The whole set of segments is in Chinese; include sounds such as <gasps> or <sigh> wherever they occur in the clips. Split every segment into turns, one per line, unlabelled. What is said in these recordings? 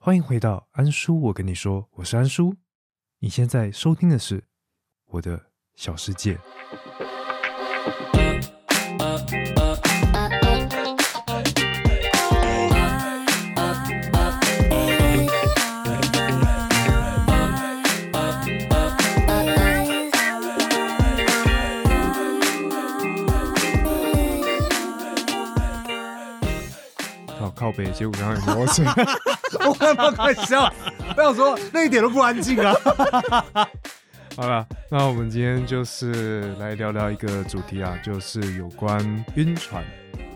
欢迎回到安叔，我跟你说，我是安叔。你现在收听的是我的小世界。好靠北，结果刚刚有摩托车。
我他妈快笑！我想说，那一点都不安静啊。
好了，那我们今天就是来聊聊一个主题啊，就是有关晕船。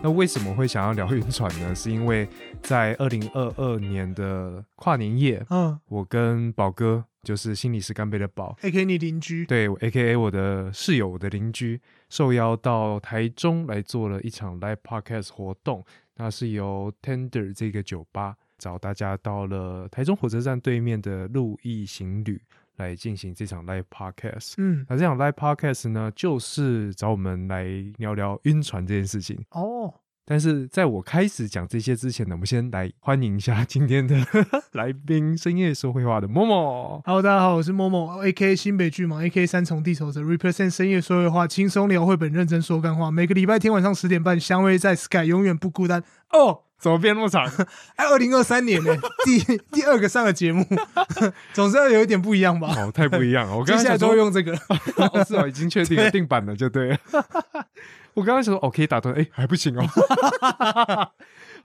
那为什么会想要聊晕船呢？是因为在二零二二年的跨年夜，
嗯
我跟宝哥，就是心理师干杯的宝， <laughs>
，A K 你邻居，
对，A K A 我的室友、我的邻居，受邀到台中来做了一场 live podcast 活动。那是由 Tender 这个酒吧找大家到了台中火车站对面的路易行旅来进行这场 live podcast。
嗯，
那这场 live podcast 呢，就是找我们来聊聊晕船这件事情。
哦，
但是在我开始讲这些之前呢，我们先来欢迎一下今天的 <laughs> 来宾——深夜说会话的默默。
Hello，大家好，我是默默，A K 新北巨蟒，A K 三重地球者，Represent 深夜说会话，轻松聊绘本，认真说干话。每个礼拜天晚上十点半，相约在 Sky，永远不孤单。哦，
怎么变那么长？
哎，二零二三年呢， <laughs> 第第二个上的节目， <laughs> 总是要有一点不一样吧？
<laughs> 哦，太不一样了！我
接
刚才
下来
想
都
说 <laughs>
会用这个。
哦，是哦，已经确定了定版了，就对了。 <laughs> 我刚刚想说，哦，可以打断，哎，还不行哦。 <laughs>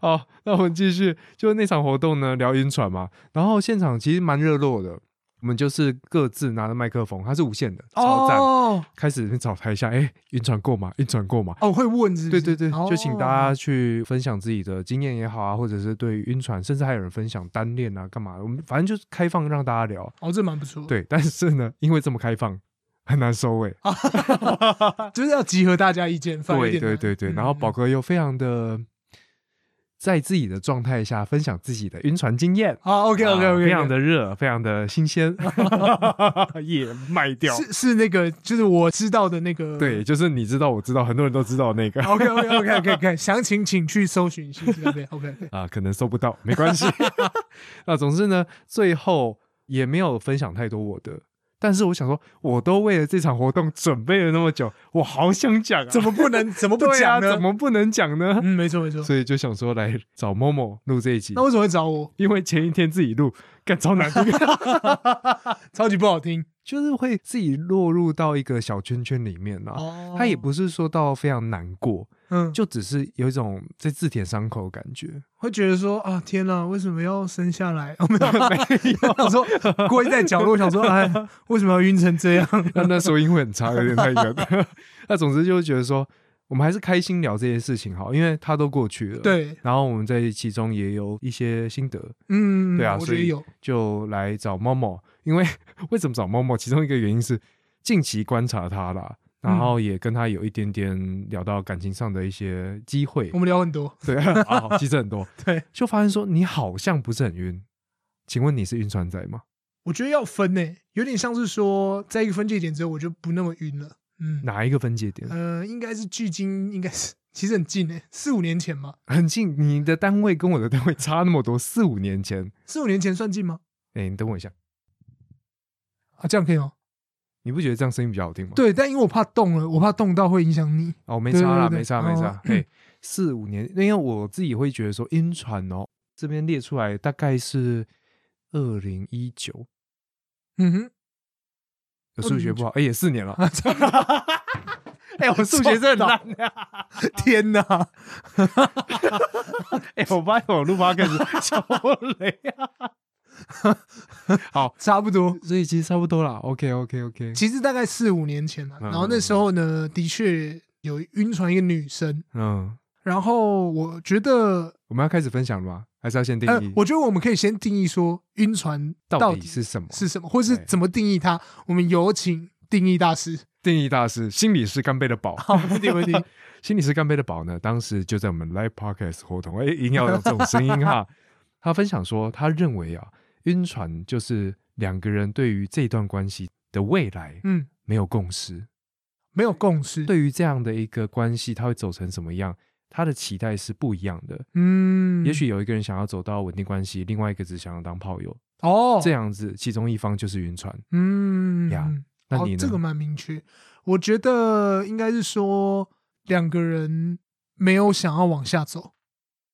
好，那我们继续，就是那场活动呢，聊晕船嘛，然后现场其实蛮热络的，我们就是各自拿着麦克风，它是无线的，超赞。
哦，
开始找台下，哎，晕船过吗？晕船过吗？
哦，会问是不
对
是？
对对，
哦
就请大家去分享自己的经验也好啊，或者是对于晕船，甚至还有人分享单恋啊，干嘛的？我们反正就是开放让大家聊。
哦，这蛮不错。，
对， <laughs> 但是呢，因为这么开放，很难收
<laughs>
尾。
就是要集合大家意见，反而有
对
点
对
难
对对，
嗯
然后宝
嗯
哥又非常的在自己的状态下分享自己的晕船经验。
好，OK OK
啊
OK，
非常的热，非常的新鲜， <laughs> 也卖掉。
是是那个，就是我知道的那个。
对，就是你知道，我知道，很多人都知道那个
，OK OK OK OK OK，详情请去搜寻新知 OK OK。
啊，可能搜不到，没关系。 <laughs> 那总之呢，最后也没有分享太多我的，但是我想说，我都为了这场活动准备了那么久，我好想讲啊，
怎么不能怎么不
对啊
讲呢？
怎么不能讲
<laughs>
呢？
嗯，没错没错。
所以就想说来找某某录这一集
那。为什么会找我？
因为前一天自己录，干超难听，
<laughs> 超级不好听
就是会自己落入到一个小圈圈里面啦。
哦
啊他也不是说到非常难过，
嗯，就
就只是有一种在自舔伤口的感觉。 <laughs>
会觉得说啊，天哪，为什么要生下来？ <laughs> 我们想说跪在角落，想说哎，为什么要晕成这
<laughs>
样？
那那时候因为很差，有点太
<laughs>
远。 <laughs> 那总之就是觉得说，我们还是开心聊这些事情好，因为它都过去了。。
对，
然后我们在其中也有一些心得，
嗯，
对啊
我觉
所
得
以
有
就来找猫猫。因为为什么找猫猫？其中一个原因是近期观察他啦，然
嗯
后也跟他有一点点聊到感情上的一些机会。
我们聊很多，
对啊，好其实很多，
<laughs> 对，
就发现说你好像不是很晕。请问你是晕船仔吗？
我觉得要分呢，有点像是说，在一个分界点之后，我就不那么晕了。嗯，
哪一个分界点？
呃，应该是距今应该是其实很近诶，四五年前吧，
很近，你的单位跟我的单位差那么多，四五年前。
四五年前算近吗？
哎、你等我一下，
啊，这样可以吗？
你不觉得这样声音比较好听吗？，
对，但因为我怕动了，我怕动到会影响你。
哦，没差啦，
对对对
没差，没差
哦。
哎、四五年，因为我自己会觉得说晕船哦，这边列出来大概是二零一九，
嗯哼，
有数学不好，哎、也四年了。
啊
哎、我数
学真的很
烂
烂
的、
<laughs> 天哪！
哎、我发现我录 p o d
<laughs>
c 超累啊。好，
差不多，
所以其实差不多啦。OK，OK，OK、
其实大概四五年前了。
嗯
然后那时候呢，的确有晕船一个女生。
嗯，
然后我觉得，
我们要开始分享了吗？还是要先定
呃
义？，
我觉得我们可以先定义说晕船
到底
底
是什么？
是什么，或是
对
怎么定义它。我们有请定义大师。
定义大师，心理师干杯的宝。
好，没问题，没问题。
<laughs> 心理师干杯的宝呢，当时就在我们 Live Podcast 活动，哎，一定要有这种声音
<laughs>
哈。他分享说，他认为啊，晕船就是两个人对于这段关系的未来
嗯，
没有共识，
没有共识。
对于这样的一个关系，它会走成什么样，他的期待是不一样的。
嗯，
也许有一个人想要走到稳定关系，另外一个只想要当炮友，
哦，
这，样子其中一方就是晕船。
嗯
呀那
好，
你呢？
这个蛮明确。我觉得应该是说两个人没有想要往下走，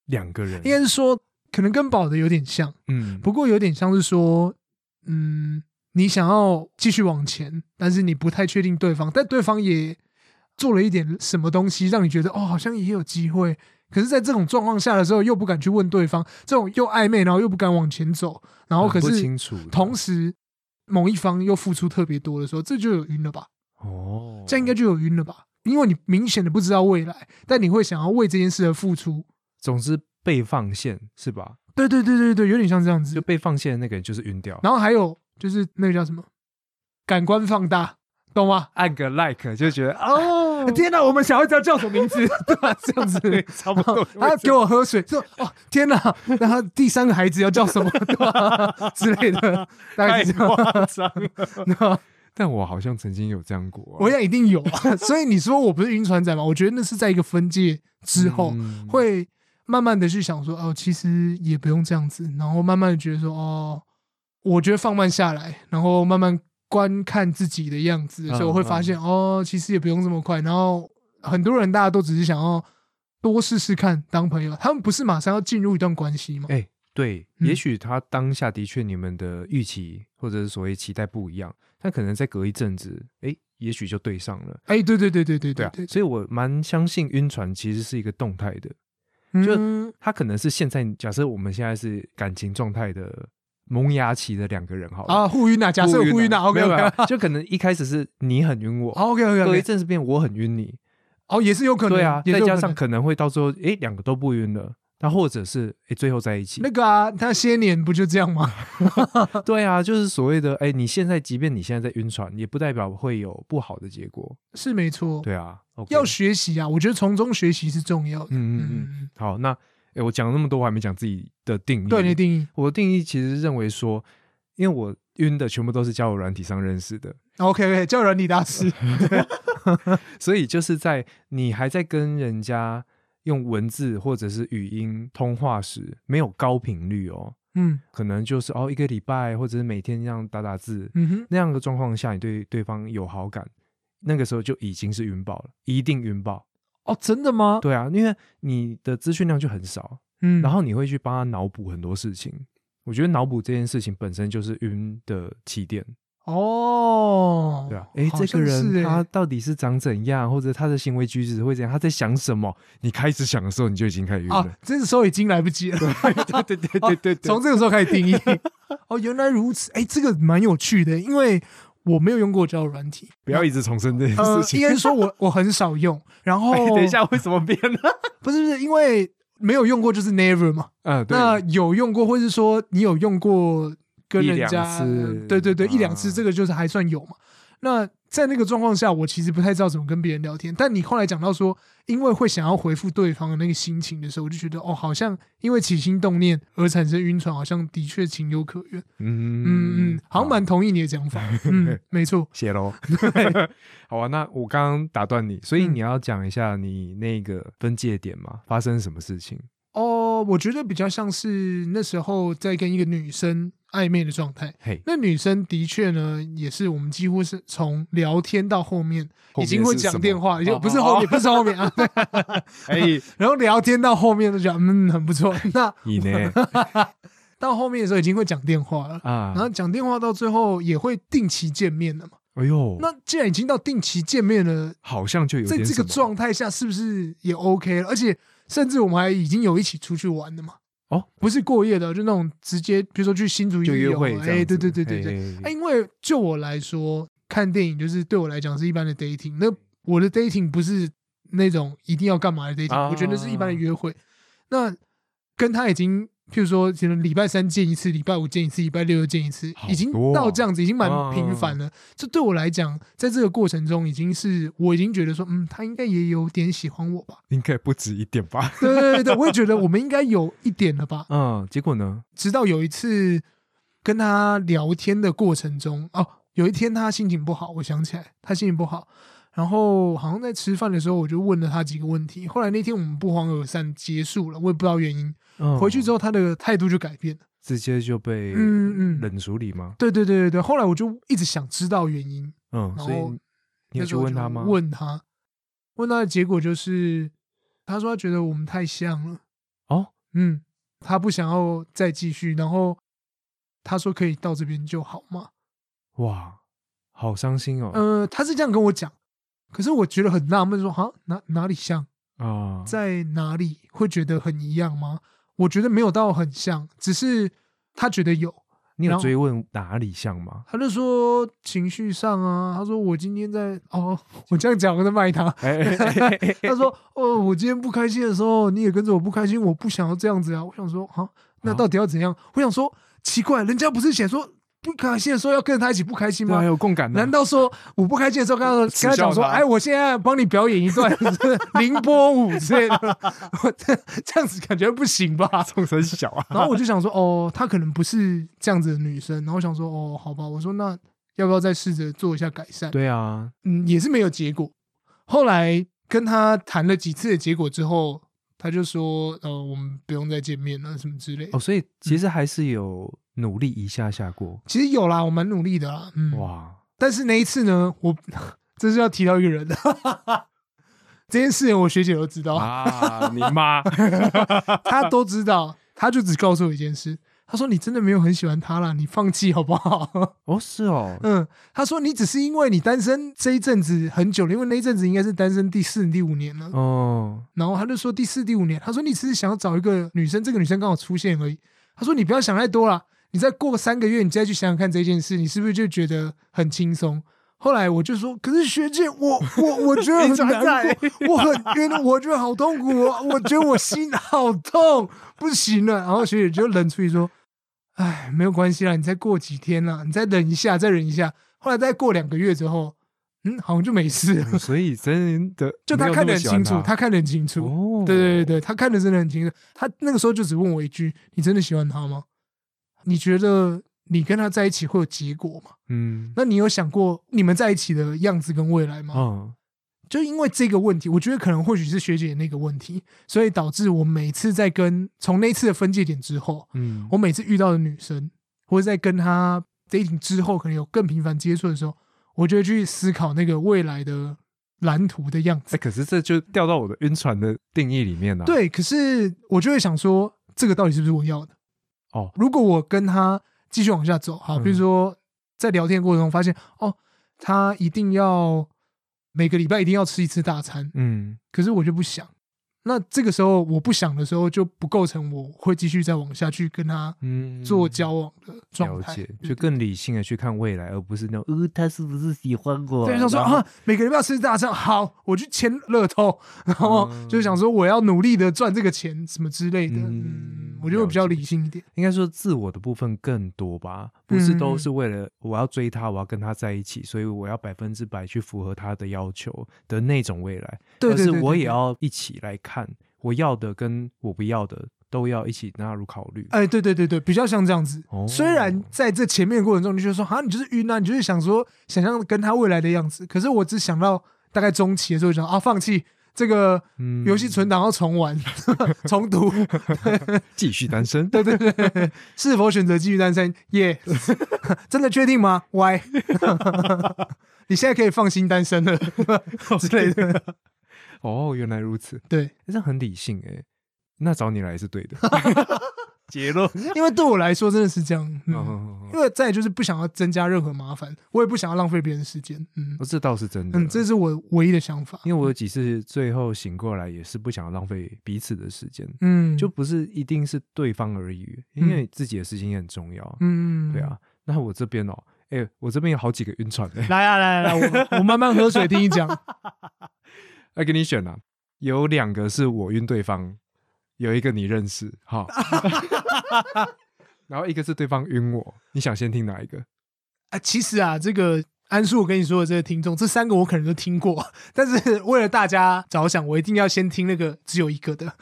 两个人
应，该是说可能跟宝的有点像，
嗯，
不过有点像是说，嗯，你想要继续往前，但是你不太确定对方，但对方也做了一点什么东西，让你觉得哦，好像也有机会。可是，在这种状况下的时候，又不敢去问对方，这种又暧昧，然后又不敢往前走，然后可
很不
是
清楚的
同时某一方又付出特别多的时候，这就有晕了吧？
哦，
这样应该就有晕了吧？因为你明显的不知道未来，但你会想要为这件事而付出。
总之被放线是吧？
对对对对对，有点像这样子
就。被放线的那个人就是晕掉，
然后还有就是那个叫什么，感官放大，懂 <laughs> 吗？，
按个 like 就 <laughs> 觉得哦
天哪，我们小孩子要叫什么名字？对吧？这样子。
<laughs> 对，差不多。
他给我喝水，说：“哦，天哪！然后第三个孩子要叫 <laughs> 什么，对吧？之类 <laughs> 的，大
太
概是这样。
夸张了，
然后
但我好像曾经有这样过啊、
我想一定有啊。所以你说我不是晕船仔嘛？我觉得那是在一个分界之后，
嗯
会慢慢的去想说，哦，其实也不用这样子，然后慢慢的觉得说，哦，我觉得放慢下来，然后慢慢观看自己的样子的时
嗯
候，我会发现，哦，其实也不用这么快。然后很多人大家都只是想要多试试看当朋友，他们不是马上要进入一段关系吗？
哎、对，
嗯
也许他当下的确你们的预期或者是所谓期待不一样，但可能再隔一阵子，哎、也许就对上了。
哎，对对对对
对
对对
啊，所以我蛮相信晕船其实是一个动态的，就
嗯，
它可能是现在假设我们现在是感情状态的萌芽期的两个人好了，
啊，互晕啊，假设有互晕啊，OK
没
哦
有
OK
没
<laughs>
有就可能一开始是你很晕我，
OK OK
隔一
OK，
阵子变我很晕你，
哦，也是有可能，
对啊，
也
再
是有
加
可
上
能
可能会到最后，哎，两个都不晕了，那或者是哎最后在一起
那，个啊，那些年不就这样吗？
对啊，就是所谓的哎，你现在即便你现在在晕船，也不代表会有不好的结果，
是没错，
对啊，OK，
哦要学习啊，我觉得从中学习是重要的。
嗯嗯嗯，
嗯，
好，那哎我讲了那么多，我还没讲自己的定义，
对你的定义
我的定义其实认为说，因为我晕的全部都是交友软体上认识的，<laughs>
，OK OK，叫哦软体大师，
所以就是在你还在跟人家用文字或者是语音通话时，没有高频率哦，
嗯
可能就是哦一个礼拜或者是每天这样打打字、
嗯哼，
那样的状况下，你对对方有好感，那个时候就已经是晕爆了，一定晕爆。
哦，真的吗？
对啊，因为你的资讯量就很少，
嗯，
然后你会去帮他脑补很多事情。我觉得脑补这件事情本身就是晕的起点。
哦，
对啊，诶，
好
这个
像是
人
欸
他到底是长怎样，或者他的行为举止会怎样，他在想什么？你开始想的时候，你就已经开始晕了。
啊，这时候已经来不及了，
对 <laughs> 对对对对
哦从这个时候开始定义。 <laughs> 哦，原来如此，哎，这个蛮有趣的，因为我没有用过交友
<laughs>
软体，
不要一直重申这件
呃哦
事，情
应。该是说我我很少用，然
<laughs>
后
哎等一，下，为什么变
<laughs>
了？
不是不是因为没有用过就是 never 嘛，
嗯，对，
那有用过，或是说你有用过跟人
一两
家
次，
对对对，一两
啊
次，这个就是还算有嘛。那在那个状况下，我其实不太知道怎么跟别人聊天。但你后来讲到说，因为会想要回复对方的那个心情的时候，我就觉得哦，好像因为起心动念而产生晕船，好像的确情有可原。嗯
嗯
嗯，好像蛮同意你
<laughs>
的讲法。嗯，没错。
写喽。
<laughs>
好啊，那我刚刚打断你，所以
嗯
你要讲一下你那个分界点嘛，发生什么事情？
哦，我觉得比较像是那时候在跟一个女生暧昧的状态。 <laughs>
嘿，
那女生的确呢，也是我们几乎是从聊天到后面
后面
已经会
是什
讲
么
电话，已经
哦
不是后面，
哦
不是后面 <laughs> 啊，对
哎，
然后聊天到后面就讲嗯很不错， <laughs> 那
你呢？
到后面的时候已经会讲电话了。
啊
<laughs> 然，后讲电话到最后也会定期见面了嘛？
哎呦，
那既然已经到定期见面了，
好像就有
在
点
这个
什么
状态下是不是也 OK 了？而且甚至我们还已经有一起出去玩的嘛？
哦，
不是过夜的，就那种直接比如说去新竹
就
一
约
游
会这样子，
哎，对对对对对，
对
哎，因为就我来说，看电影就是对我来讲是一般的 dating。那我的 dating 不是那种一定要干嘛的 dating，、
啊
我觉得是一般的约会。那跟他已经，譬如说，可能礼拜三见一次，礼拜五见一次，礼拜六见一次，
好
已经
多
到
哦
这样子，已经蛮频繁了。这对我来讲，在这个过程中，已经是我已经觉得说，嗯，他应该也有点喜欢我吧？ <laughs>
应该不止一点吧？ <laughs>
对对对对，我也觉得我们应该有一点了吧？
嗯，结果呢？
直到有一次跟他聊天的过程中，哦，有一天他心情不好，我想起来他心情不好，然后好像在吃饭的时候，我就问了他几个问题。后来那天我们不欢而散结束了，我也不知道原因。
嗯
回去之后，他的态度就改变了。
直接就被
嗯嗯，
冷处理吗？
对对对对对。后来我就一直想知道原因，
嗯，
然
所
后
以你有
那
去
时候
问
就
他吗？
问他，问他的结果就是，他说他觉得我们太像了。
哦，
嗯，他不想要再继续，然后他说可以到这边就好嘛。
哇，好伤心哦
呃，他是这样跟我讲，可是我觉得很纳闷，说哈哪哪里像，
啊！
在哪里会觉得很一样吗？我觉得没有到很像，只是他觉得有，
你有
然后
追问哪里像
<laughs>
吗？
他就说情绪上啊，他说我今天在哦， <laughs> 我这样讲我在卖他，
哎，哎哎哎哎
<laughs>
<laughs>
他说：“哦，我今天不开心的时候，你也跟着我不开心，我不想要这样子啊。”我想说，啊，那到底要怎样？我想说，奇怪，人家不是写说不开心的时候要跟着他一起不开心
对啊，
吗？
有共感呢。
难道说我不开心的时候
<laughs>
跟他
耻
跟他
笑
讲说，
他
哎，我现在帮你表演一段凌波舞之类的， <laughs> 我这这样子感觉不行
<laughs>
吧？
众生小啊？
然后我就想说，哦，她可能不是这样子的女生。然后我想说，哦，好吧，我说那要不要再试着做一下改善？
对啊，
嗯，也是没有结果。后来跟他谈了几次的结果之后，他就说，呃，我们不用再见面了，什么之类的
哦，所以其实还是有努力一下下过。
其实有啦，我蛮努力的啦，嗯。
哇，
但是那一次呢，我这是要提到一个人 <laughs> 的，这件事情我学姐都知道，
啊，你
<laughs>
妈！
她都知道，她就只告诉我一件事，她说你真的没有很喜欢他啦，你放弃好不好？ <laughs>
哦，是哦，
嗯，她说你只是因为你单身这一阵子很久了，因为那一阵子应该是单身第四、第五年了，
哦，
然后他就说第四、第五年，他说你只是想要找一个女生，这个女生刚好出现而已。他说你不要想太多了，你再过三个月，你再去想想看这件事，你是不是就觉得很轻松？后来我就说，可是学姐，我我 <laughs> 我觉得
你
很
转
难
载
过，我很晕，我觉得好痛苦，我我觉得我心好痛，不行了。然后学姐就冷处理说，哎，没有关系啦，你再过几天啦，你再忍一下，再忍一下。后来再过两个月之后，嗯，好像就 <laughs> 没事了。
哦所以真的
<laughs> 就
没
他
有
看
那么
得很
喜欢
清楚，他看得很清楚。
哦，
对对对对，他看的真的很清楚。他那个时候就只问我一句：“你真的喜欢他吗？你觉得你跟他在一起会有结果吗？
嗯
那你有想过你们在一起的样子跟未来吗？”
嗯，
就因为这个问题，我觉得可能或许是学姐那个问题，所以导致我每次在跟从那次的分界点之后，
嗯，
我每次遇到的女生，或者在跟她 dating 之后，可能有更频繁接触的时候，我就会去思考那个未来的蓝图的样子。
哎，可是这就掉到我的晕船的定义里面了。，啊
对，可是我就会想说，这个到底是不是我要的？
哦
如果我跟他继续往下走，好，比如
嗯
说在聊天过程中发现，哦，他一定要每个礼拜一定要吃一次大餐，
嗯，
可是我就不想。那这个时候我不想的时候，就不构成我会继续再往下去跟他
嗯
做交往的状
了
态。嗯
解，
对
就更理性的去看未来，而不是那种呃，他是不是喜欢我？
对，他说
然后
啊，，每个礼拜要吃大餐，好，我去签乐透，然后
嗯
就想说我要努力的赚这个钱，什么之类的。
嗯
嗯，我觉得我比较
了解
理性一点。
应该说自我的部分更多吧，不是
嗯嗯
都
嗯
是为了我要追他，我要跟他在一起，所以我要百分之百去符合他的要求的那种未来。
对对对
而
对
是我也
对
要一起来看，我要的跟我不要的都要一起纳入考虑。
哎，对对对对，比较像这样子。
哦
虽然在这前面的过程中，你就觉得说啊，你就是晕啊，你就是想说想象跟他未来的样子。可是我只想到大概中期的时候，就想啊，放弃这个
嗯
游戏存档要重玩、 <laughs> 重读，
继续单
<laughs>
身，对对对，
是否选择继续单身？
<laughs>
耶、真的确定吗？Why？你现在可以放心单
<laughs>
身了之类的。
哦，原来如此，
对，
这很理性哎、那找你来是对
<laughs>
的。结论，
因为对我来说真的是这样。嗯，
哦，
因为再来就是不想要增加任何麻烦，我也不想要浪费别人时间。嗯。
哦这倒是真的。
嗯，这嗯是我唯一的想法。
因为我有几次最后醒过来，也是不想浪费彼此的时间，
嗯，
就不是一定是对方而已，因为自己的事情也很重要。
嗯，
对啊，那我这边哦，哎、我这边有好几个晕船欸的、
来啊来啊来啊，我我慢慢喝水，听你
<laughs>
讲。啊
来给你选啊，有两个是我晕对方，有一个你认识，
<laughs>
好， <laughs> 然后一个是对方晕我，你想先听哪一个？
啊，其实啊，这个安叔，我跟你说的这个听众，这三个我可能都听过， <laughs> 但是为了大家着想，我一定要先听那个只有一个的，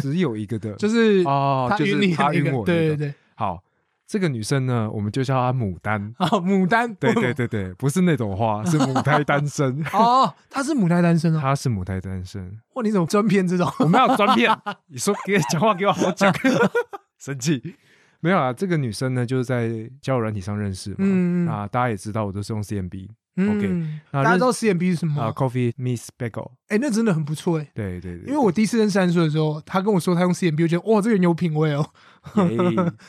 只有一个的，
就是
哦，
他
就是
晕你的
他
那
晕我、
个，对对，对，
好，这个女生呢，我们就叫她牡丹。
啊，牡丹，。
对对对对，不是那种花，是母胎单身
哦，他是母胎单身哦。
她是母胎单身，
哇，你怎么专骗
<laughs>
这种？
我们要专骗。你说给讲话给我好好讲， <laughs> 生气。没有啊，这个女生呢，就是在交友软体上认识嘛。
嗯嗯
啊，大家也知道，我都是用 CMB
嗯，
那
大家
认
知道 CMB 是什么
啊
吗？
，Coffee Miss Bagel。
哎，那真的很不错哎。
对对对，
因为我第一次认识安叔的时候，他跟我说他用 CMB，我觉得哇，这个人有品味哦，
<laughs> 耶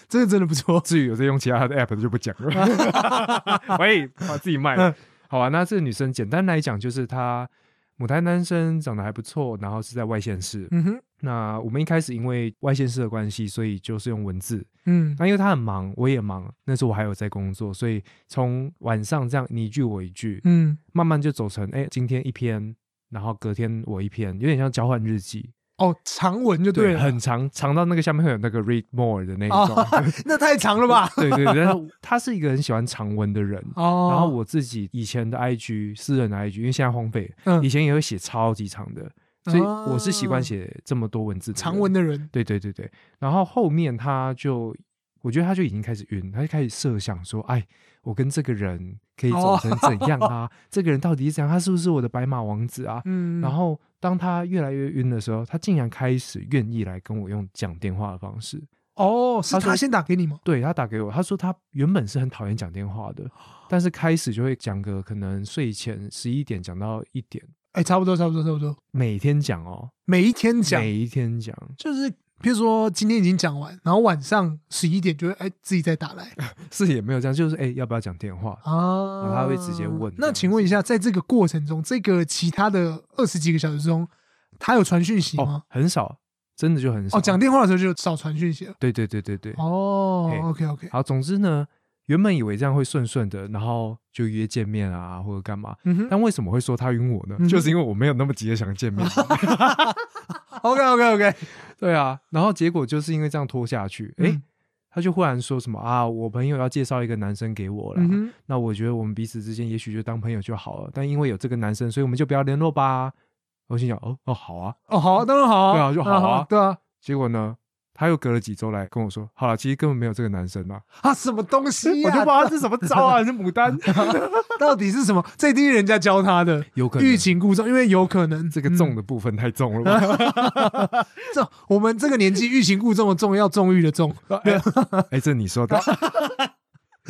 这个真的不错。
至于有在用其他的 app 的就不讲
<laughs>
了。喂，把自己卖了。好啊，那这个女生简单来讲就是她母胎单身，长得还不错，然后是在外县市。
嗯哼，
那我们一开始因为外县市的关系，所以就是用文字。
嗯
那因为她很忙，我也忙，那时候我还有在工作，所以从晚上这样你一句我一句，
嗯，
慢慢就走成哎，今天一篇，然后隔天我一篇，有点像交换日记，
哦，长文就对了，
很长，长到那个下面会有那个 read more 的那一种。
啊，那太长了吧？
<laughs> 对对，对但是他是一个很喜欢长文的人。
哦，
然后我自己以前的 IG 私人的 IG，因为现在荒废，以
嗯，哦
前也会写超级长的，所以我是习惯写这么多文字的人
长文。的人，
对对对对，然后后面他就，我觉得他就已经开始晕，他就开始设想说，哎，我跟这个人可以走
哦
成怎样
<laughs>
啊？这个人到底是怎样？他是不是我的白马王子啊？
嗯，
然后当他越来越晕的时候，他竟然开始愿意来跟我用讲电话的方式。
哦，是
他说
他先打给你吗？
对他打给我，他说他原本是很讨厌讲电话
<gasps>
的，但是开始就会讲个可能睡前十一点讲到一点，
哎，差不多，差不多，差不多，
每天讲哦，
每一天讲，
每一天讲，
就是譬如说今天已经讲完，然后晚上十一点就会哎自己再打
<laughs>
来
是也没有这样，就是哎、要不要讲电话？
啊，
他会直接问这
那
样子
请问一下，在这个过程中，这个其他的二十几个小时中，他有传讯息
哦
吗？，
很少，真的就很少。
哦，讲电话的时候就少传讯息了。
对对对对对。哎
哦
嘿
，OK OK，
好，总之呢，原本以为这样会顺顺的，然后就约见面啊或者干嘛，
嗯哼
但为什么会说他晕我呢？
嗯
就是因为我没有那么急的想见
<laughs>
面。
，OK OK
<laughs>
OK，
对啊，然后结果就是因为这样拖下去，诶，
嗯
他就忽然说什么啊，我朋友要介绍一个男生给我了，
嗯哼，
那我觉得我们彼此之间也许就当朋友就好了，但因为有这个男生，所以我们就不要联络吧。我心想，哦哦，好啊。
哦，好啊，当然好啊，
对啊就好啊
当然对啊，
结果呢，他又隔了几周来跟我说，好了，其实根本没有这个男生
<laughs>
啊，
啊，什么东西
我就
呀、
不知道这什么招
<laughs>
啊，这牡丹
到底是什么？这一定是人家教他的，
有可能
欲擒故纵，因为有可能
这个
嗯
重的部分太重了吧？
这我们这个年纪欲擒故纵的纵要纵欲的纵， <laughs>
哎、哎这你说的，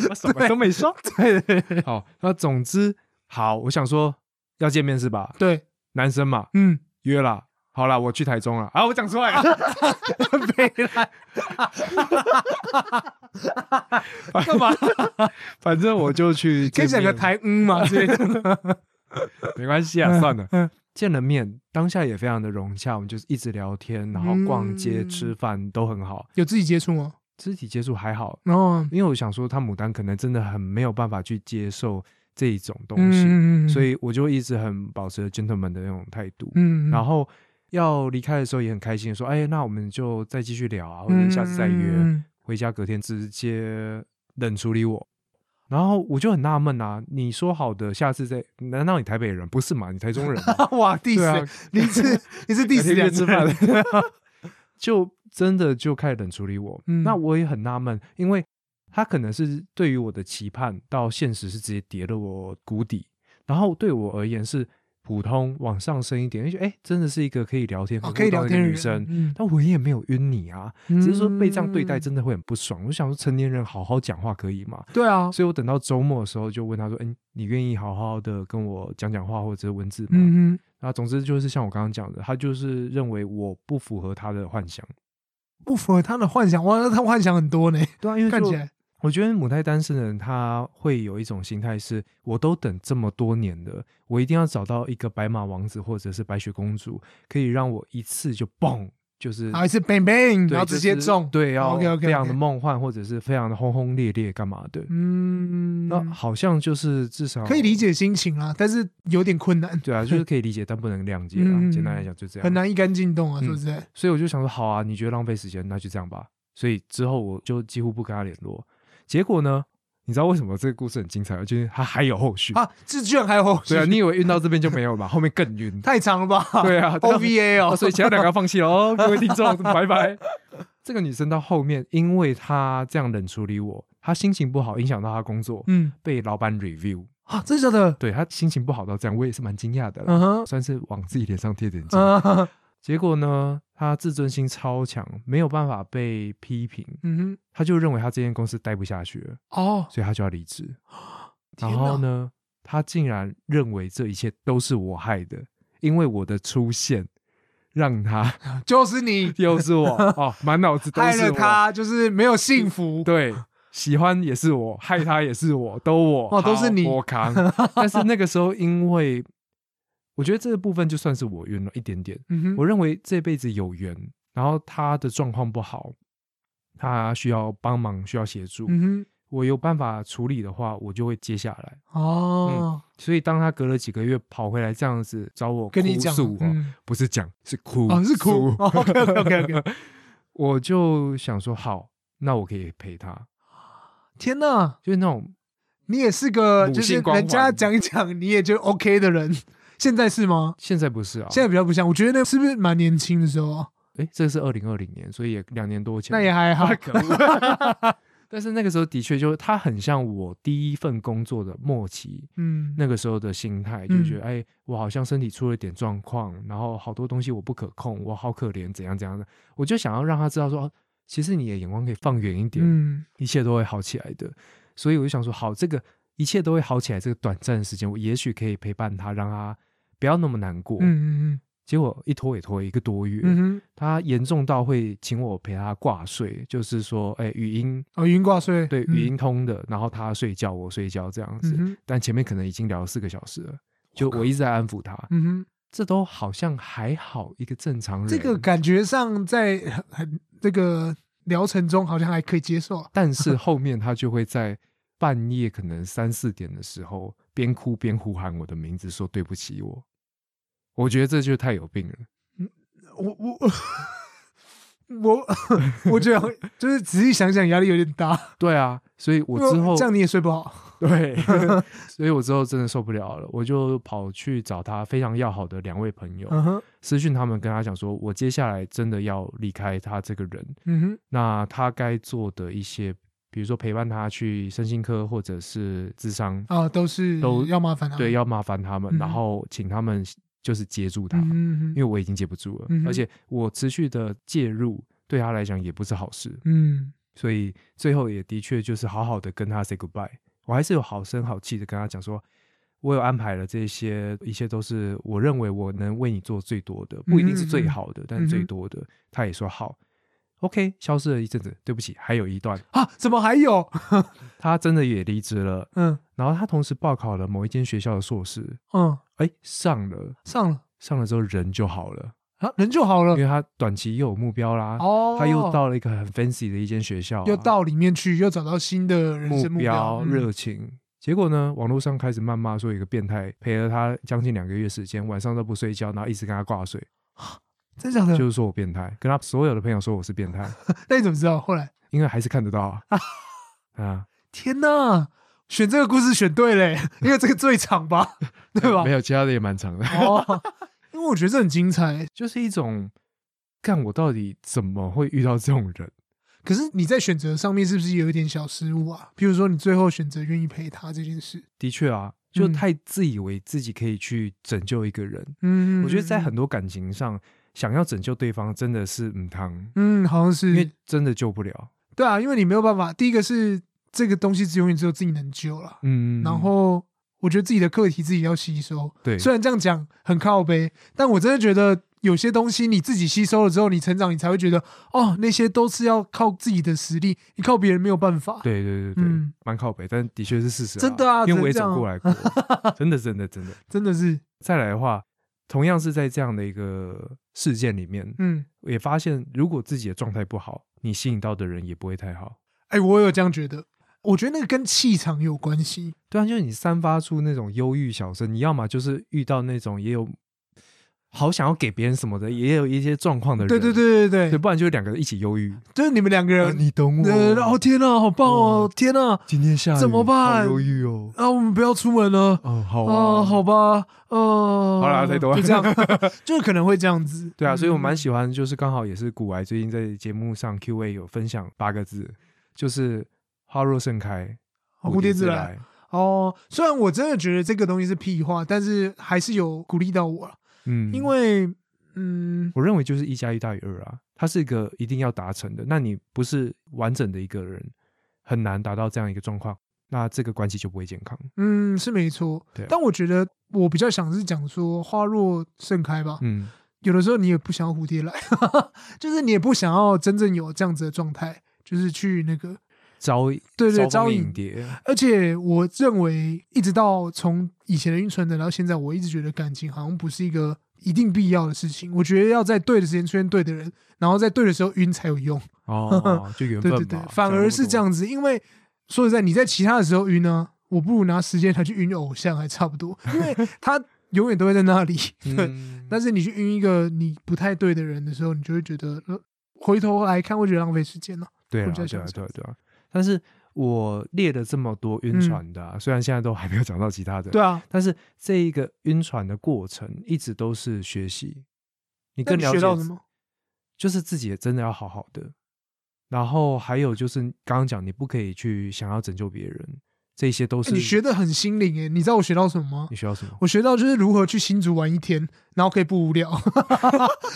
我什么都没说。
对对对
好，那总之好，我想说要见面是吧？
对，
男生嘛，
嗯，
约啦，好啦，我去台中了啊！我讲出来 <laughs> 了，
北来干嘛？
<laughs> 反正我就去
可
见
以讲个
面
台嗯嘛之
<laughs>
类的，
没关系啊，算了
嗯。
见了面，当下也非常的融洽，我们就是一直聊天，然后逛街、
嗯
吃饭都很好，
有自己接触吗？
肢体接触还好，
然后嗯
因为我想说他牡丹可能真的很没有办法去接受这一种东西，
嗯嗯，
所
以
以我就一直很保持 gentleman 的那种态度。
嗯，
然
后
后要离开的时候也很开心，说：“哎，那我们就再继续聊啊，或者下次再约。
嗯
回家隔天直接冷处理我。然后我就很纳闷啊，你说好的下次再，难道你台北人不是嘛？你台中人嘛，
哇，第
对啊
四，你是你是第
第
四
四
两
<laughs> 天吃
次
饭，就真的就开始冷处理我。
嗯
那我也很纳闷，因为他可能是对于我的期盼到现实是直接跌了我谷底，然后对我而言是普通往上升一点，就觉得哎，真的是一个可以聊天、
哦，
很
可以
互动
聊
的
天的
女生。
人，
但我也没有晕你啊，
嗯
只是说被这样对待真的会很不爽。我想说成年人好好讲话可以吗？
对啊，
所以我等到周末的时候就问他说：“哎、你愿意好好的跟我讲讲话或者是文字吗？”
嗯
那总之就是像我刚刚讲的，他就是认为我不符合他的幻想。
哼，不符合他的幻想，哇，那他幻想很多呢，
对啊，因为
看
就
起来，
我觉得母胎单身的人他会有一种心态是，我都等这么多年了，我一定要找到一个白马王子或者是白雪公主，可以让我一次就蹦，就是
然后一次啊 bang bang，
对
然
就
后直接
是
中，
对，要
OK，OK，OK
非常的梦幻或者是非常的轰轰烈烈干嘛的。
嗯，
那好像就是至少
可以理解心情啦，但是有点困难，
对啊，就是可以理解，但不能谅解啊。
嗯
简单来讲就这样，
很。难一竿进洞啊，
嗯
说实在，
所以我就想说，好啊，你觉得浪费时间，那就这样吧。所以之后我就几乎不跟他联络。结果呢，你知道为什么这个故事很精彩吗？就是它还有后续。
啊，这居然还有后续
对啊，你以为晕到这边就没有了嘛？后面更晕。
<laughs> 太长了吧？
对啊
，OVA 哦，
所以其他两个要放弃了哦，各位听众，拜
<laughs>
拜。这个女生到后面，因为她这样冷处理我，她心情不好，影响到她工作，
嗯
被老板 review。
啊，真的假的？
对她心情不好到这样，我也是蛮惊讶的啦，
嗯哼，
算是往自己脸上贴点金。
嗯哼
结果呢，她自尊心超强，没有办法被批评，
嗯哼，
她就认为她这间公司待不下去了，
哦，
所以她就要离职。
天
然
哪
后？呢，她竟然认为这一切都是我害的，因为我的出现让她。
就
<laughs>
是你
又是
<laughs>
我哦，满脑子都
害
是
了
我，
他，就是没有幸福。
对，喜欢也是我，害他也是我，都我
哦都是
好
你
我扛。
<laughs>
但是那个时候，因为我觉得这个部分就算是我晕了一点点，
嗯哼，
我认为这辈子有缘，然后他的状况不好，他需要帮忙，需要协助，
嗯
我有办法处理的话，我就会接下来。
哼，哦，
所以当他隔了几个月跑回来这样子找我
跟你
哭
讲
诉哦，，
嗯
不是讲是哭
哦是哭
诉
哦，OK，OK，OK，OK
<laughs> 我就想说好，那我可以陪他，
天哪，
就是那种
你也是个，
母
就是
性光环
人家讲一讲，你也就 OK 的人。现在是吗？
现在不是啊，
现在比较不像，我觉得那是不是蛮年轻的时候啊？
哎，这是二零二零年，所以也两年多前，
那也还好
啊。可恶 <laughs> 但是那个时候的确就是他很像我第一份工作的末期，
嗯，
那个时候的心态，就觉得哎、我好像身体出了点状况，然后好多东西我不可控，我好可怜，怎样怎样的，我就想要让他知道说，哦其实你的眼光可以放远一点，
嗯
一切都会好起来的。所以我就想说，好，这个一切都会好起来，这个短暂的时间，我也许可以陪伴他，让他不要那么难过。
嗯嗯
结果一拖也拖一个多月，
嗯嗯
他严重到会请我陪他挂睡，就是说，哎，语音
哼，哦，云挂睡，
对
嗯
语音，通的，然后他睡觉，我睡觉这样子。
嗯哼，
但前面可能已经聊了四个小时了，就
靠
我一直在安抚他，
嗯哼。
这都好像还好，一个正常人。
这个感觉上在很很这个疗程中好像还可以接受啊。
但
<laughs>
是后面他就会在半夜可能三四点的时候，边哭边呼喊我的名字，说对不起我。我觉得这就太有病了。
我我我我觉得就是仔细想想，压力有点大。
对啊，所以我
因为
之后
哦这样你也睡不好。 <laughs>
对， <laughs> 所以我之后真的受不了了，我就跑去找他非常要好的两位朋友，
嗯哼，
私讯他们跟他讲说，我接下来真的要离开他这个人，
嗯哼，
那他该做的一些，比如说陪伴他去身心科或者是智商，
啊，都是
都
要麻烦啊。
对，要麻烦他们，
嗯
然后请他们就是接住他，
嗯哼，嗯
因
哼
为我已经接不住了，
嗯哼
而且我持续的介入对他来讲也不是好事，
嗯
所以最后也的确就是好好的跟他 say goodbye，我还是有好声好气的跟他讲说。我有安排了这些，一切都是我认为我能为你做最多的，不一定是
嗯
最好的，但是最多的。他也说好，OK，消失了一阵子，对不起，还有一段，
啊，怎么还有？
他真的也离职了，
嗯
然后他同时报考了某一间学校的硕士，
嗯，
哎，上了，
上了
上了之后人就好了，
啊，人就好了
因。为他短期又有目标啦，
哦，
啊他又到了一个很 fancy 的一间学校啊、
又到里面去，又找到新的人
目
生
标
嗯
热情。结果呢，网络上开始谩骂说有一个变态陪了他将近两个月时间，晚上都不睡觉，然后一直跟他挂睡，
真假的
就？是说我变态，跟他所有的朋友说我是变
<laughs>
态，
那你怎么知道？后来，
因为还是看得到
<laughs>
啊。啊，
天哪，选这个故事选
<laughs>
对嘞，因为这个最长吧，对吧
没？有，其他的也蛮长的， <laughs>
哦，因为我觉得这很精彩。
就是一种，看我到底怎么会遇到这种人？
可是你在选择上面是不是有一点小失误啊？譬如说，你最后选择愿意陪他这件事，
的确啊，就
嗯
太自以为自己可以去拯救一个人。
嗯
我觉得在很多感情上，想要拯救对方真的是嗯汤，
嗯，好像
因为
是
真的救不了。
对啊，因为你没有办法。第一个是这个东西只永远只有自己能救了，
嗯，
然后我觉得自己的课题自己要吸收。
对，
虽然这样讲很靠背，但我真的觉得有些东西你自己吸收了之后，你成长，你才会觉得哦，那些都是要靠自己的实力，你靠别人没有办法。
对对对对，
嗯
蛮靠北，但的确是事实啦，
真的啊
因为我也
只能啊
走过来过，
<laughs>
真的真的真的。
真的是，
再来的话，同样是在这样的一个事件里面，
嗯，
也发现如果自己的状态不好，你吸引到的人也不会太好。
哎、我有这样觉得。我觉得那个跟气场有关系，
对啊，就是你散发出那种忧郁小声，你要么就是遇到那种也有好想要给别人什么的，也有一些状况的人，
对对对对
对，
对，
不然就两个人一起忧郁。
就是你们两个
呃
人，
你懂
对
我，
然后天啊，好
嗯
棒哦，天啊，
今天下雨
怎么
好
办
忧郁哦，
啊，我们不要出门了。
哦，好
哦，
啊，
好吧，哦，
好啦太多了
就这样， <laughs> 就是可能会这样子。
对啊，所以我
嗯
蛮喜欢，就是刚好也是古癌最近在节目上 Q&A 有分享八个字，就是花若盛开，
哦蝴蝶自来
来。
哦。虽然我真的觉得这个东西是屁话，但是还是有鼓励到我了，
嗯，
因为嗯，
我认为就是一加一大于二啊，它是一个一定要达成的。那你不是完整的一个人，很难达到这样一个状况，那这个关系就不会健康。
嗯，是没错。
对啊
但我觉得我比较想是讲说花若盛开吧。
嗯，
有的时候你也不想要蝴蝶来， <laughs> 就是你也不想要真正有这样子的状态，就是去那个。
招
对对
招
招
蜂
引
引
<laughs>
蝶，
而且我认为，一直到从以前的晕船的到现在，我一直觉得感情好像不是一个一定必要的事情。我觉得要在对的时间出现对的人，然后在对的时候晕才有用。
哦，就缘分
对
嘛。
对对，反而是这样子，因为说实在，你在其他的时候晕呢、我不如拿时间来去晕偶像还差不多，因
<laughs>
为他永远都会在那里。
讲那么多，<laughs>
对，<laughs>
嗯
但是你去晕一个你不太对的人的时候，你就会觉得，呃回头来看会觉得浪费时间了、
对啊，
我比较
对
喜
啊
欢，
对啊，对啊。但是我列了这么多晕
嗯
船的、啊，虽然现在都还没有讲到其他的，
对啊，
但是这一个晕船的过程一直都是学习，你
那
更
你
了
学
解
到
自
什么？
就是自己也真的要好好的。然后还有就是刚刚讲，你不可以去想要拯救别人，这些都
欸
是
你学的很心灵欸诶，你知道我学到什么吗
你？学到什么？
我学到就是如何去新竹玩一天，然后可以不无聊， <laughs>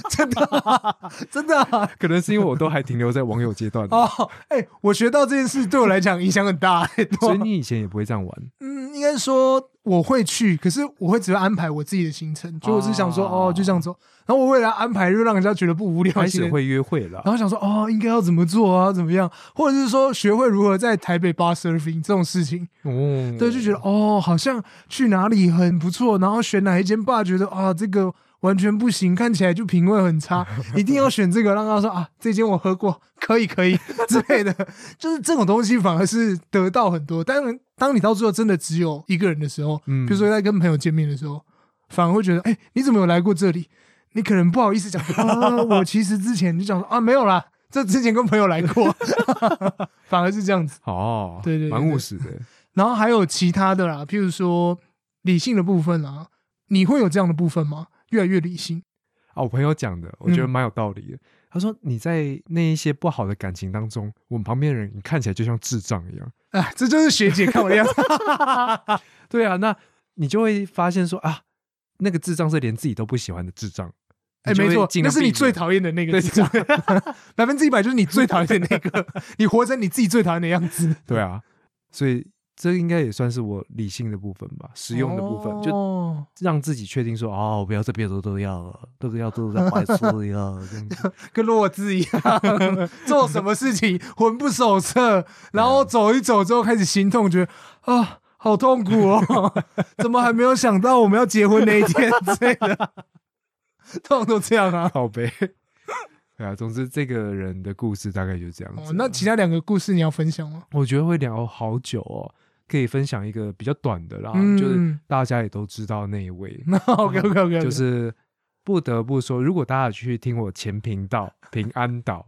真的啊 <laughs> 真的啊，
可能是因为我都还停留在网友阶段
<laughs> 哦，哎、我学到这件事对我来讲影响很大、 <laughs> 欸，对吧
所以你以前也不会这样玩。
嗯，应该说我会去，可是我会只会安排我自己的行程，就我只是想说
哦
哦就这样走，然后我为了安排就让人家觉得不无聊，
开始
行程
会约会了
然，后想说哦，应该要怎么做啊，怎么样，或者是说学会如何在台北 bar surfing 这种事情，
哦，
对，就觉得哦，好像去哪里很不错，然后选哪一间 bar 觉得啊这个完全不行，看起来就品味很差，一定要选这个，让他说啊这间我喝过，可以可以之类的，就是这种东西反而是得到很多。当然，当你到最后真的只有一个人的时候，
嗯
比如说在跟朋友见面的时候，反而会觉得哎、你怎么有来过这里？你可能不好意思讲，啊、我其实之前就讲说啊没有啦，这之前跟朋友来过， <laughs> 反而是这样子。
哦，
对对对
蛮
对
务实的。
然后还有其他的啦，譬如说理性的部分啦，你会有这样的部分吗？越来越理性，
啊，我朋友讲的，我觉得
嗯
蛮有道理的。他说你在那一些不好的感情当中，我们旁边的人你看起来就像智障一样。
哎，这就是学姐看我的样子。
对啊，那你就会发现说啊，那个智障是连自己都不喜欢的智障。<laughs>
哎，
你就
没
会
错，
尽
那
量
是你
避免
最讨厌的那个
对
智障， <laughs> 百分之一百就是你最讨厌的那个，你活成你自己最讨厌的样子。
对啊，所以这应该也算是我理性的部分吧，实用的部分，就
哦，
让自己确定说哦，不要这边都都要了，都要都要白痴一样这样子。
跟弱智一样，做什么事情魂不守舍，然后走一走之后开始心痛，觉得啊。好痛苦 <laughs> 哦！怎么还没有想到我们要结婚那一天之类的？ <laughs> 通常都这样啊。
好呗。对啊，总之这个人的故事大概就这样子啊、
哦，那其他两个故事你要分 <laughs> 享吗？
我觉得会聊好久哦，可以分享一个比较短的啦，
嗯
就是大家也都知道那一位，
那 OK OK OK，
就是不得不说，如果大家有去听我前频道平安岛，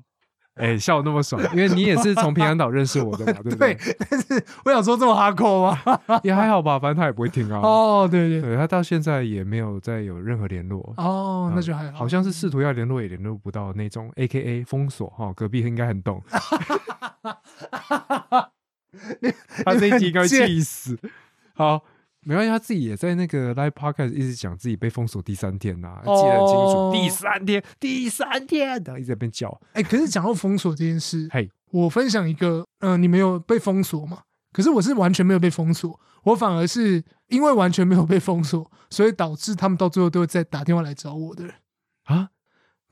哎、笑那么爽，因为你也是从平安岛认识我的
<laughs>
嘛，对不
对
对？，
但是我想说这么哈扣吗？
也还好吧，反正他也不会听啊。
哦，对对，
对他到现在也没有再有任何联络。
哦，
嗯
那就还好，
好像是试图要联络也联络不到那种，A K A 封锁哈、隔壁应该很 <laughs> 懂，他这一集应该会气死。好，没关系，他自己也在那个 live podcast 一直讲自己被封锁第三天呐、
哦
记得很清楚，第三天，第三天，然后一直在那边叫，
哎，可是讲到封锁这件事，
嘿，
我分享一个，嗯、你没有被封锁嘛？可是我是完全没有被封锁，我反而是因为完全没有被封锁，所以导致他们到最后都会再打电话来找我的人。
啊，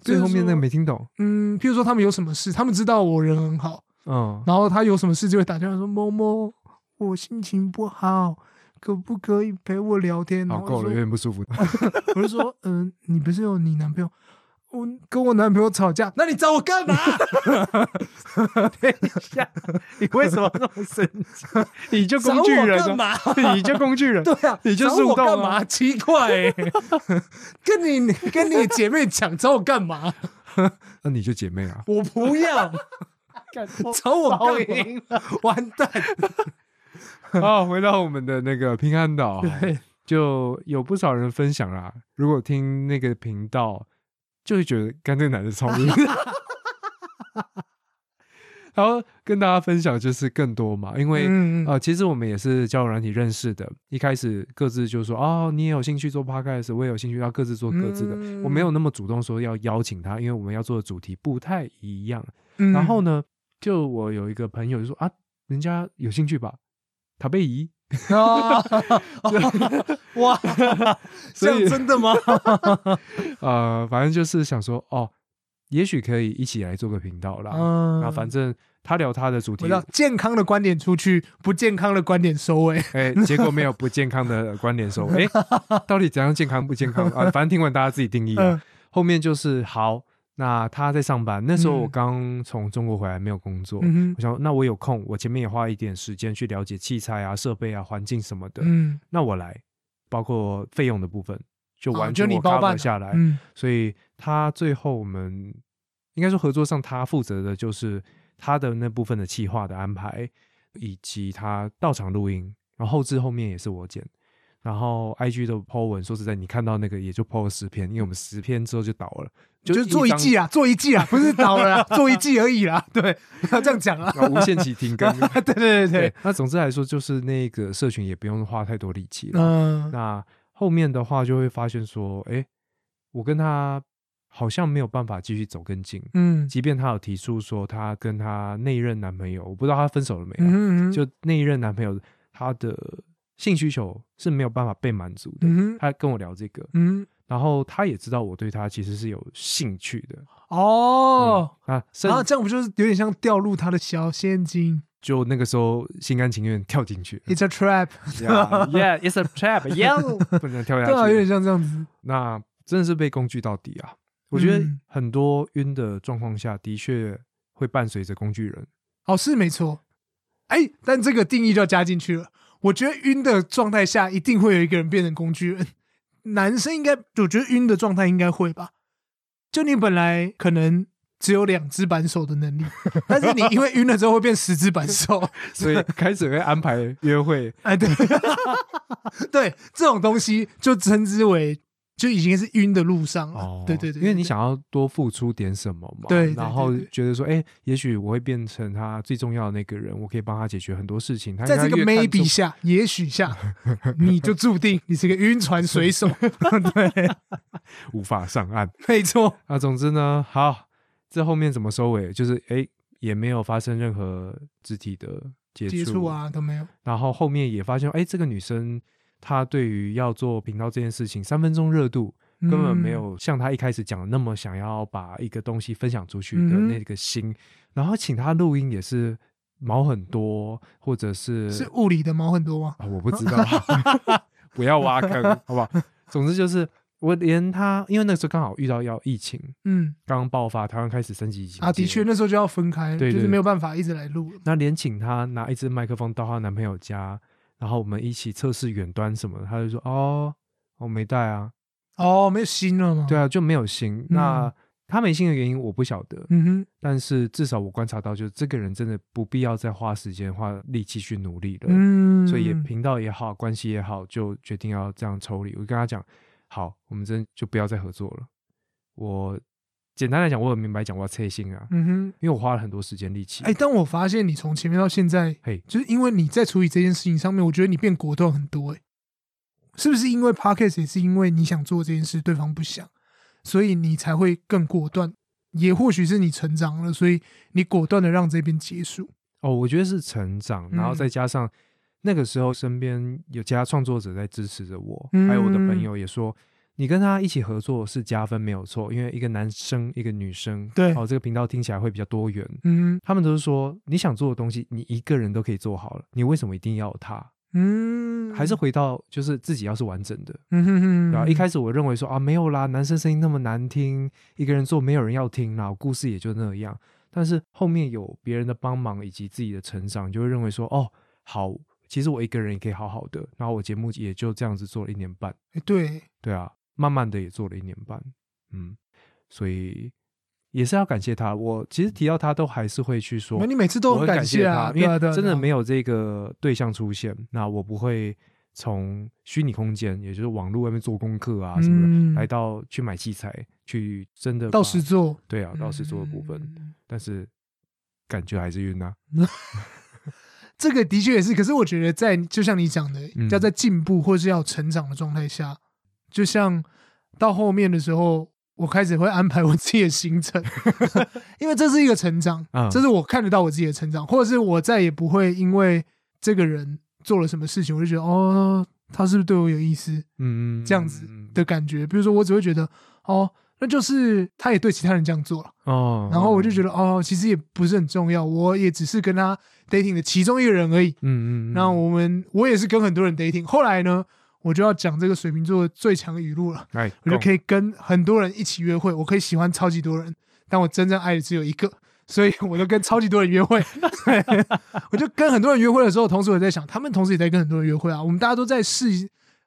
就是
最后
说
面那个没听懂，
嗯，譬如说他们有什么事，他们知道我人很好，
嗯，
然后他有什么事就会打电话说：“某某，我心情不好，可不可以陪我聊天？”然
好
后我
够了，有 <laughs>
就说呃
点不舒服，
我就说：“嗯、你不是有你男朋友？我跟我男朋友吵架，那你找我干嘛？
等一下，你为什么那么生气？ <laughs> 你就
找
<laughs> 工
我
具人
干
啊！
嘛？
<laughs> 你就工具人，
<laughs> 对啊，
你就
找
是
我
动
干
啊
嘛？奇怪、 <laughs> 欸，跟你跟你姐妹讲找我干嘛？
那你就姐妹啊！
我不要，找我干嘛？完蛋！ <laughs>
啊，回到我们的那个平安岛，
对，
就有不少人分享啦。如果听那个频道，就会觉得干这个男的超
<laughs>
晕。然后跟大家分享就是更多嘛，因为、
嗯
呃，其实我们也是交友软体认识的。一开始各自就说哦，你也有兴趣做 podcast，我也有兴趣，要各自做各自的。
嗯
我没有那么主动说要邀请他，因为我们要做的主题不太一样。
嗯
然
<laughs>
后呢，就我有一个朋友就说啊，人家有兴趣吧，塔贝姨。
<laughs> 啊，哇，这
所以
样真的 <laughs> 吗？
呃，反正就是想说，哦，也许可以一起来做个频道啦。
嗯
然后反正他聊他的主
我
题
知，道健康的观点出去，不健康的观点收尾。
哎，结果没有不健康的观点说，
<laughs>
哎，到底怎样健康不健康啊？反正听完大家自己定义啊、
嗯
后面就是好，那他在上班，那时候我
嗯
刚从中国回来，没有工作。
嗯
我想说，那我有空，我前面也花一点时间去了解器材啊、设备啊、环境什么的。
嗯，
那我来，包括费用的部分，就
哦
完
就
全
你
我
包办
cover
了
下来。
嗯
所以他最后我们应该说合作上，他负责的就是他的那部分的企划的安排，以及他到场录音，然后后置后面也是我剪。然后 I G 的 po 文，说实在，你看到那个也就 po 了十篇，因为我们十篇之后就倒了，
就是做一
张
季啊，做一季啊，不是倒了啦， <laughs> 做一季而已啦。对，不要这样讲啊。
啊无限期停
<laughs>
更。
对对对对
对，，那总之来说，就是那个社群也不用花太多力气了。
嗯
那后面的话就会发现说，哎，我跟他好像没有办法继续走更近，
嗯
即便她有提出说她跟她那一任男朋友，我不知道她分手了没啊、
嗯，
就那一任男朋友他的性需求是没有办法被满足的。
嗯哼
她跟我聊这个，
嗯
然后她也知道我对她其实是有兴趣的
哦，
嗯那甚
然后这样不就是有点像掉入他的小陷阱
就那个时候心甘情愿跳进去。
？It's a trap。
Yeah, it's a trap. <laughs> Yeah，不能跳下去。
对啊，有点像这样子。
那真的是被工具到底啊！我觉得
嗯
很多晕的状况下，的确会伴随着工具人。
哦，是没错。哎，但这个定义就要加进去了。我觉得晕的状态下，一定会有一个人变成工具人。男生应该，我觉得晕的状态应该会吧。就你本来可能只有两只扳手的能力，但是你因为晕了之后会变十只扳手。
所
<laughs>
以开始会安排约会，
哎，对， <laughs> 对，这种东西就称之为就已经是晕的路上了。
哦，
啊对对对，
因为你
对，
想要多付出点什么嘛，
对对
然后
对对
觉得说，哎，也许我会变成他最重要的那个人，我可以帮他解决很多事情。他
在
应该
这个
越看
maybe
重
下，也许下，你就注定你是个晕船
<laughs>
水手。对，
无法上岸
没错。
啊。总之呢，好，这后面怎么收尾？就是哎，也没有发生任何肢体的接
接触啊都没有。
然后后面也发现，哎，这个女生她对于要做频道这件事情，三分钟热度根本
嗯
没有像她一开始讲的那么想要把一个东西分享出去的
嗯哼
那个心。然后请她录音也是毛很多，或者是
是物理的毛很多吗？
啊，我不知
<laughs>
道， <laughs> 不要挖坑，好不好？ <laughs> 总之就是我连她，因为那时候刚好遇到要疫情
嗯
刚爆发，台湾开始升级疫情
啊，的
戒
确那时候就要分开，
对对
就是没有办法一直来录了。
那连请她拿一支麦克风到她男朋友家，然后我们一起测试远端什么的，她就说哦，我没带啊，
哦，没有心了吗？
对，啊，就没有心。那她没心的原因我不晓得，
嗯
但是至少我观察到，就是这个人真的不必要再花时间花力气去努力
哼，
了。
嗯，
所以也频道也好，关系也好，就决定要这样抽离。我跟他讲，好，我们真就不要再合作了。我简单来讲，我很明白讲我要切心啊，
嗯
因为我花了很多时间力气。
哼，哎，但我发现你从前面到现在，
嘿，
就是因为你在处理这件事情上面，我觉得你变果断很多、哎，是不是因为 podcast 也是因为你想做这件事，对方不想，所以你才会更果断？也或许是你成长了，所以你果断的让这边结束。
哦，我觉得是成长，然后
嗯
再加上那个时候身边有其他创作者在支持着我，还有我的
嗯
朋友也说，你跟他一起合作是加分没有错，因为一个男生一个女生，
对
哦，这个频道听起来会比较多元。
嗯
他们都是说，你想做的东西，你一个人都可以做好了，你为什么一定要有他？
嗯，
还是回到就是自己要是完整的，
嗯哼哼，
对吧、一开始我认为说啊没有啦，男生声音那么难听，一个人做没有人要听啦，故事也就那样。但是后面有别人的帮忙以及自己的成长，你就会认为说哦好，其实我一个人也可以好好的。然后我节目也就这样子做了一年半，
诶哎对，
对啊，慢慢的也做了一年半，嗯，所以也是要感谢他。我其实提到他都还是会去说
那，你每次都
我
很
很
感
谢
啊，
他，
对
因
啊，
为
对啊
真的没
有，
有这个对象出现，那我不会从虚拟空间，也就是网络外面做功课啊什么的，
嗯
来到去买器材，去真的
到
把
实做，
对啊，到实做的部分，
嗯
但是感觉还是晕啊，
这个的确也是，可是我觉得在就像你讲的，
嗯
要在进步或是要成长的状态下，就像到后面的时候，我开始会安排我自己的
<laughs>
行程，因为这是一个成长，
嗯
这是我看得到我自己的成长，或者是我再也不会因为这个人做了什么事情，我就觉得哦，他是不是对我有意思
嗯，
这样子
嗯
的感觉？比如说，我只会觉得哦，那就是他也对其他人这样做了。
哦，
然后我就觉
得，
得哦，其实也不是很重要，我也只是跟他 dating 的其中一个人而已。
嗯嗯，
那
嗯
我们我也是跟很多人 dating，后来呢，我就要讲这个水瓶座的最强语录了，
哎，
我就
以，
可以跟很多人一起约会，我可以喜欢超级多人，但我真正爱的只有一个，所以我就跟超级多人约会。我就跟很多人约会的时候，同时我也在想，他们同时也在跟很多人约会啊，我们大家都在试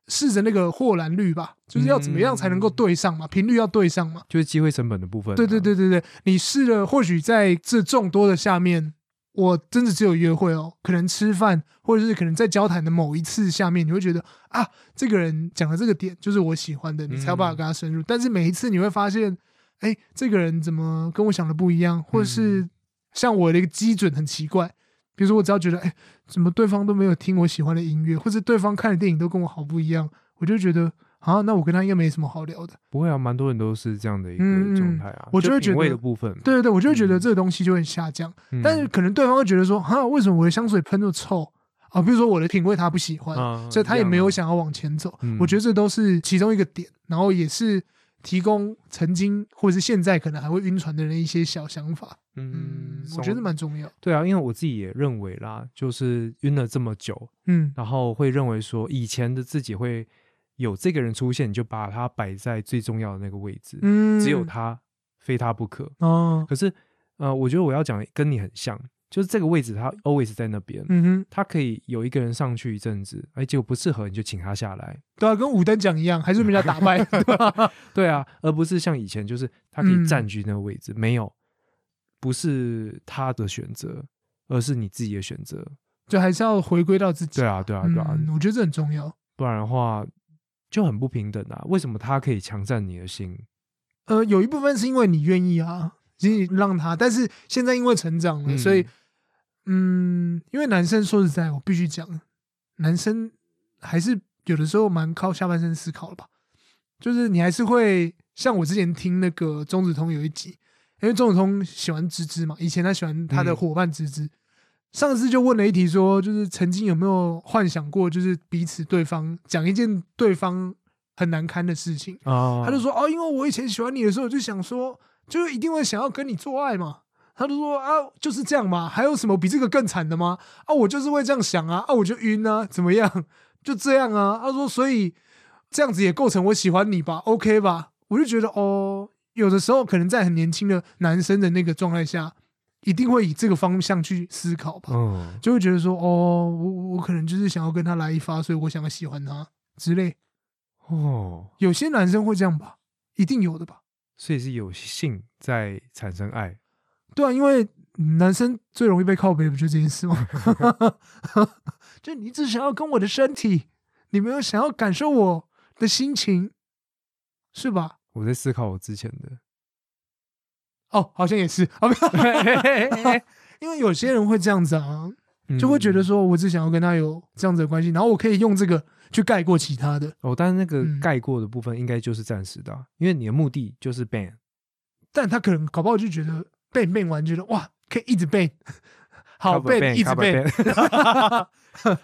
试着那个霍兰率吧，就是要怎么样才能够对上嘛，频率要对上嘛。
就是机会成本的部分、啊
对对，对对对，你试了，或许在这众多的下面，我真的只有约会哦，可能吃饭，或者是可能在交谈的某一次下面，你会觉得啊，这个人讲的这个点就是我喜欢的，你才有办
嗯
法跟他深入。但是每一次你会发现，哎，这个人怎么跟我想的不一样，或者
嗯
是像我的一个基准很奇怪。比如说，我只要觉得，哎，怎么对方都没有听我喜欢的音乐，或者对方看的电影都跟我好不一样，我就觉得啊，那我跟他应该没什么好聊的。
不会啊，蛮多人都是这样的一
嗯嗯
个状态啊，
我就
就品
会觉
味
得
的部分，
对对对，我就会觉得
嗯
这个东西就会下降。
嗯，
但是可能对方会觉得说，哈，为什么我的香水喷那么臭啊？比如说我的品味他不喜欢，
啊
所以他也
一样
没有
啊
想要往前走。
嗯
我觉得这都是其中一个点，然后也是提供曾经或者是现在可能还会晕船的人一些小想法。嗯
嗯，，
我觉得蛮重要。
对啊，因为我自己也认为啦，就是晕了这么久，
嗯
然后会认为说以前的自己会有这个人出现，你就把他摆在最重要的那个位置，
嗯，
只有他，非他不可。
哦，
可是，呃，我觉得我要讲跟你很像，就是这个位置他 always 在那边，
嗯哼，
他可以有一个人上去一阵子，哎，结果不适合你就请他下来，
对啊，跟五等奖一样，还是被人家
<laughs>
打败。对吧
对啊，而不是像以前就是他可以
嗯
占据那个位置，没有，不是他的选择，而是你自己的选择。
就还是要回归到自己。
对啊，对啊，对啊，
嗯，我觉得这很重要。
不然的话就很不平等啊！为什么他可以强占你的心？
呃，有一部分是因为你愿意啊，你让他，但是现在因为成长了，
嗯
所以嗯，因为男生说实在，我必须讲，男生还是有的时候蛮靠下半身思考的吧，就是你还是会像我之前听那个钟子通有一集，因为钟子通喜欢芝芝嘛，以前他喜欢他的
嗯
伙伴芝芝。上次就问了一题说就是曾经有没有幻想过，就是彼此对方讲一件对方很难堪的事情，
啊
他就说哦，因为我以前喜欢你的时候，我就想说，就一定会想要跟你做爱嘛。他就说啊，就是这样嘛，还有什么比这个更惨的吗？啊，我就是会这样想啊，啊，我就晕啊，怎么样？就这样啊。他说，所以这样子也构成我喜欢你吧，OK 吧？我就觉得哦，有的时候可能在很年轻的男生的那个状态下，一定会以这个方向去思考吧，
嗯，
就会觉得说哦，我我可能就是想要跟他来一发，所以我想要喜欢他之类。
哦，
有些男生会这样吧，一定有的吧。
所以是有性在产生爱，
对啊，因为男生最容易被靠背，不就这件事吗？ <laughs> 就你只想要跟我的身体，你没有想要感受我的心情，是吧？
我在思考我之前
<laughs>
的，
哦，好像也是啊，不 <laughs> 因为有些人会这样子啊，
嗯
就会觉得说我只想要跟他有这样子的关系，然后我可以用这个去盖过其他的，
哦，但是那个
嗯
盖过的部分应该就是暂时的啊、因为你的目的就是 ban，
但他可能搞不好就觉得被被完，觉得哇，可以一直被， <laughs> 好
cover
被
ban，
一直
cover <laughs>
被，
ban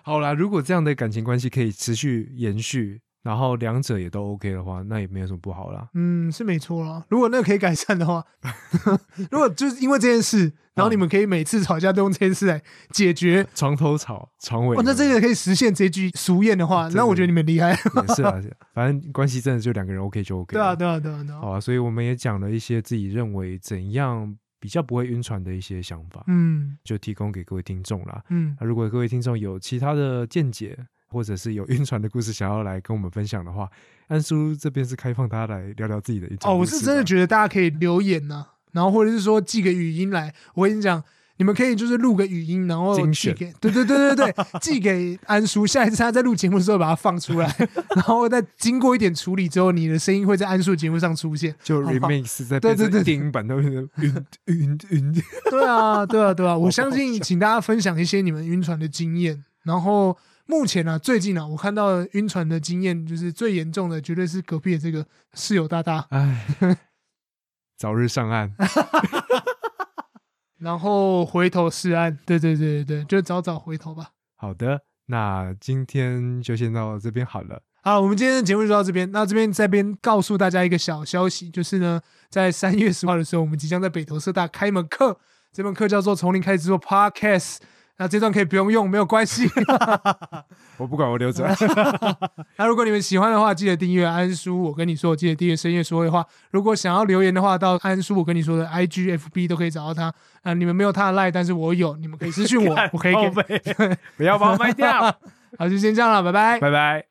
好啦，如果这样的感情关系可以持续延续，然后两者也都 OK 的话，那也没有什么不好啦。
嗯，是没错啦。如果那个可以改善的话， <laughs> 如果就是因为这件事，然后你们可以每次吵架都用这件事来解决，
床头吵，床尾
哇，哦那
和
这个可以实现这句俗谚的
哦
话，
真的
那我觉得你们
<laughs>
厉害。
也是啊，是啊反正关系真的就两个人 OK 就 OK
<laughs> 对
了。
啊，对啊，对啊，对啊。
好啊，所以我们也讲了一些自己认为怎样比较不会晕船的一些想法，
嗯
就提供给各位听众啦。
嗯
那如果各位听众有其他的见解，或者是有晕船的故事想要来跟我们分享的话，安叔这边是开放他来聊聊自己的晕船
哦，我
故
是
事
真的
啦
觉得大家可以留言呐、然后或者是说寄个语音来。我跟你讲，你们可以就是录个语音，然后
精
寄
选
给，对对对对对，寄给安叔。下一次他在录节目的时候把它放出来， <laughs> 然后再经过一点处理之后，你的声音会在安叔节目上出现。
就
好不好
remix 在
对
变
对
成
对
电影版都变
<laughs>
成晕晕晕，
对啊，对啊，对啊！我
好
相信，
笑
请大家分享一些你们晕船的经验。然后目前呢、啊，最近啊，我看到晕船的经验就是最严重的，绝对是隔壁的这个室友
<laughs>
大大。
哎，早日上岸。
然后回头是岸，对对对对对，就早早回头吧。
好的，那今天就先到这边好了。
好，我们今天的节目就到这边。那这边这边告诉大家一个小消息，就是呢，在三月十号的时候，我们即将在北投社大开一门课，这门课叫做“从零开始做 Podcast”。那这段可以不用用，没有关系。
我不管，我
<laughs>
留着。，
那如果你们喜欢的话，记得订阅安叔。我跟你说，记得订阅深夜说会话。如果想要留言的话，到安叔我跟你说的 IG、FB 都可以找到他。啊、你们没有他的 line，但是我有，你们可以私信我我可以
<laughs>
给。
给，不要把我卖掉。
好，就先这样了，拜拜。
拜拜。